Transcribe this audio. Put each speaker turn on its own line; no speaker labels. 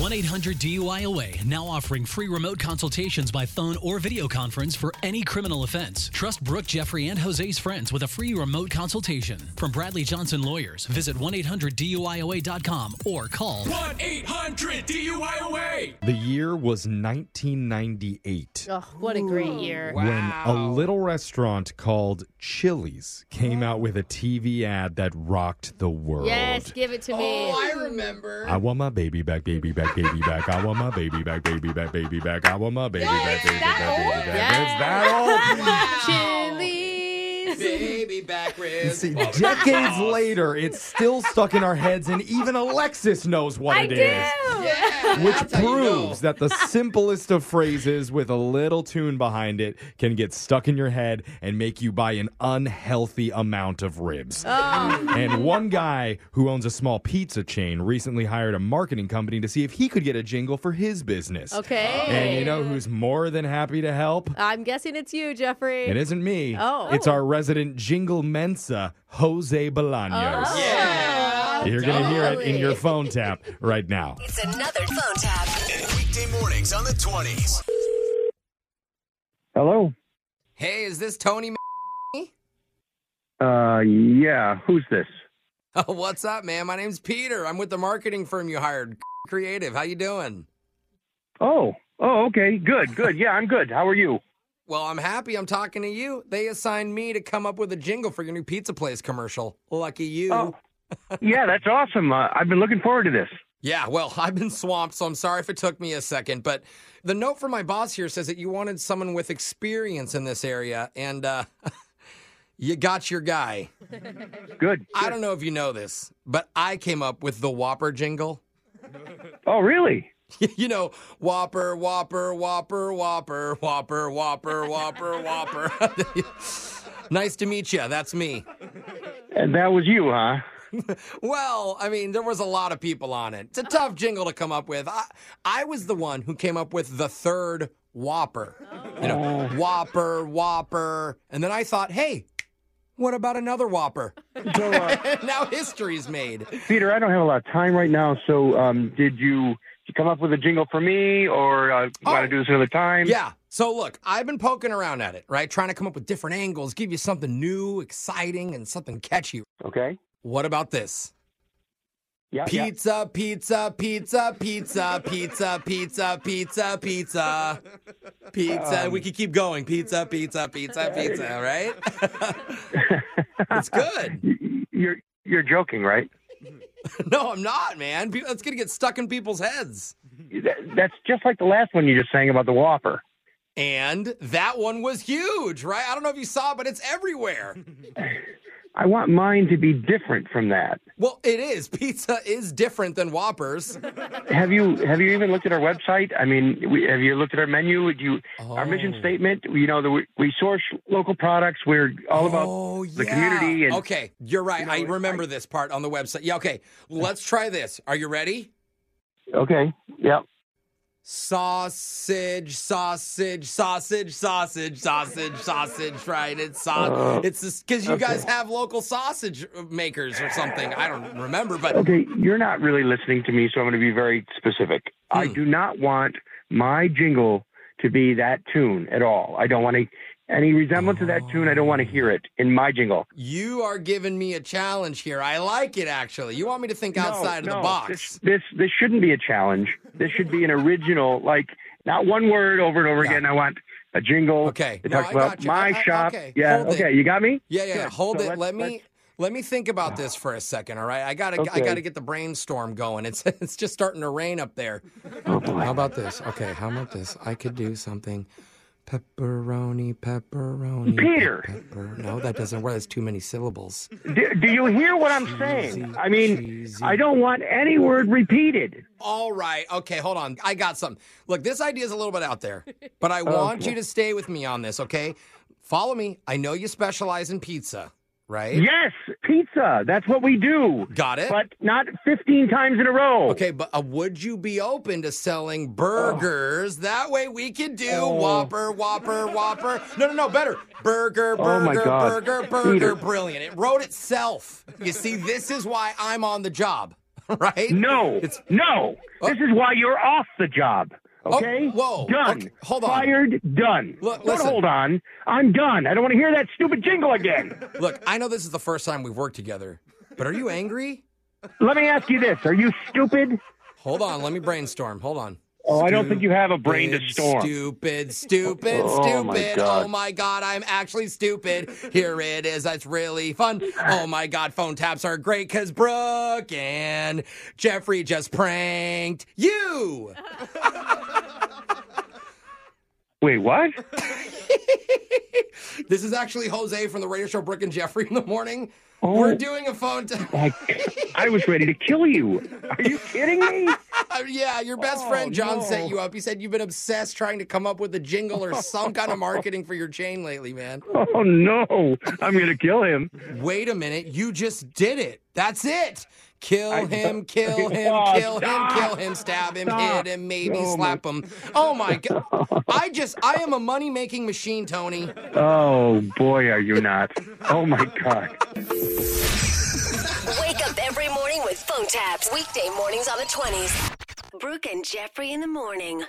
1 800 DUIOA now offering free remote consultations by phone or video conference for any criminal offense. Trust Brooke, Jeffrey, and Jose's friends with a free remote consultation. From Bradley Johnson Lawyers, visit 1 800 DUIOA.com or call
1 800 DUIOA.
The year was 1998
Oh, what a great year.
when a little restaurant called Chili's came out with a TV ad that rocked the world.
Yes, give it to me.
Oh, I remember.
I want my baby back, baby back, baby back. I want my baby back, baby back, baby back. I want my baby back, baby back, baby back. It's that old.
Chili's.
Baby back ribs.
See, decades later, it's still stuck in our heads, and even Alexis knows what it is.
Yeah,
Which
that's how you know.
proves that the simplest of phrases with a little tune behind it can get stuck in your head and make you buy an unhealthy amount of ribs.
Oh,
And one guy who owns a small pizza chain recently hired a marketing company to see if he could get a jingle for his business.
Okay.
And you know who's more than happy to help?
I'm guessing it's you, Jeffrey.
It isn't me.
Oh.
It's our resident Jingle Mensa, Jose
Oh.
Bolaños.
Yeah.
You're going to hear it in your phone tap right now.
It's another phone tap.
Weekday mornings on the 20s.
Hello.
Hey, is this Tony? M-
Uh, yeah. Who's this?
Oh, what's up, man? My name's Peter. I'm with the marketing firm you hired, Creative. How you doing?
Oh. Oh. Okay. Good. Good. Yeah, I'm good. How are you?
Well, I'm happy I'm talking to you. They assigned me to come up with a jingle for your new pizza place commercial. Lucky you.
Oh. Yeah, that's awesome. Uh, I've been looking forward to this.
Yeah, well, I've been swamped, so I'm sorry if it took me a second. But the note from my boss here says that you wanted someone with experience in this area, and uh, you got your guy.
Good.
I don't know if you know this, but I came up with the Whopper jingle.
Oh, really?
you know, Whopper, Whopper, Whopper, Whopper, Whopper, Whopper, Whopper, Whopper. nice to meet you. That's me.
And that was you, huh?
Well, I mean, there was a lot of people on it. It's a tough jingle to come up with. I, I was the one who came up with the third Whopper. You
Oh. Uh,
know, Whopper, Whopper. And then I thought, hey, what about another Whopper?
So, uh,
now history's made.
Peter, I don't have a lot of time right now. So, um, did you, did you come up with a jingle for me, or uh, want
Oh.
to do this another time?
Yeah. So look, I've been poking around at it, right? Trying to come up with different angles, give you something new, exciting, and something catchy.
Okay.
What about this?
Yeah. Uh, yeah.
Pizza, pizza, pizza, pizza, pizza, pizza, pizza, pizza, pizza. we could keep going. Pizza, pizza, pizza, pizza. Right? it's good.
Y- y- You're you're joking, right?
No, I'm not, man. Pe- That's gonna get stuck in people's heads.
That- That's just like the last one you just sang about the Whopper.
And that one was huge, right? I don't know if you saw, it, but it's everywhere.
I want mine to be different from that.
Well, it is. Pizza is different than Whoppers.
Have you have you even looked at our website? I mean, we, have you looked at our menu? Do you our mission
Oh.
statement? You know, that we, we source local products. We're all about
oh, yeah.
the community and-
okay, you're right.
You know,
I
it's
remember this part on the website. Yeah. Okay, let's try this. Are you ready?
okay, yeah.
Sausage, sausage, sausage, sausage, sausage, sausage. Right? It's sausage.
Uh,
it's because you
okay.
guys have local sausage uh, makers or something. I don't remember, but
Okay, you're not really listening to me, so I'm going to be very specific. I
Hmm.
do not want my jingle to be that tune at all. I don't want any, any resemblance to that tune. I don't want to hear it in my jingle.
you are giving me a challenge here. I like it actually. You want me to think outside
No,
of the
no,
box?
This, this this shouldn't be a challenge. This should be an original, like not one word over and over
Yeah.
again. I want a jingle.
Okay.
It
No,
talks
I
about
got you.
my
I- I-
shop.
okay.
Yeah.
Hold it.
okay. You got me.
Yeah, yeah. yeah.
Good.
Hold
So
it.
let's-
Let me
let's-
let me think about this for a second. All right, I gotta I
Okay.
gotta get the brainstorm going. It's it's just starting to rain up there.
Oh boy.
How about this? Okay, how about this? I could do something. Pepperoni, pepperoni.
Peter!
Pepper. No, that doesn't work. That's too many syllables.
Do, do you hear what I'm saying? I mean, I don't want any word repeated.
All right. Okay, hold on. I got something. Look, this idea is a little bit out there, but I want you to stay with me on this, okay? Follow me. I know you specialize in pizza, right?
Yes, pizza. That's what we do.
Got it?
But not 15 times in a row.
Okay, but uh, would you be open to selling
Oh.
burgers? That way we could do Whopper, Whopper, Whopper. No, no, no, better. Burger, burger,
Oh, my God.
burger, burger.
Peter.
Brilliant. It wrote itself. You see, this is why I'm on the job. right?
No,
It's- Oh.
no. This is why you're off the job. Okay.
whoa,
Done.
okay, hold on.
Fired. Done.
Look,
Don't
listen.
hold on. I'm done. I don't want to hear that stupid jingle again.
Look, I know this is the first time we've worked together, but are you angry?
Let me ask you this: Are you stupid?
Hold on, let me brainstorm. Hold on.
Oh, I don't think you have a brain to
Stupid,
storm.
Stupid, stupid,
Oh, my
stupid.
God.
Oh my god, I'm actually stupid. Here it is. That's really fun. Oh my god, phone taps are great because Brooke and Jeffrey just pranked you.
Wait, what?
This is actually Jose from the radio show Brooke and Jeffrey in the morning.
Oh.
We're doing a phone tap.
I, I was ready to kill you. Are you kidding me?
uh, yeah, your best
Oh,
friend John
no.
set you up. He said you've been obsessed trying to come up with a jingle or some kind of marketing for your chain lately, man.
Oh no! I'm gonna kill him.
Wait a minute, you just did it. That's it. Kill him, kill him,
Oh,
kill
stop.
him, kill him, stab him,
Stop.
hit him, maybe
Oh,
slap him. Oh my god. I just I am a money making machine, Tony.
Oh boy, are you not? Oh my God.
Wake up every morning with phone taps. Weekday mornings on the 20s. Brooke and Jeffrey in the morning.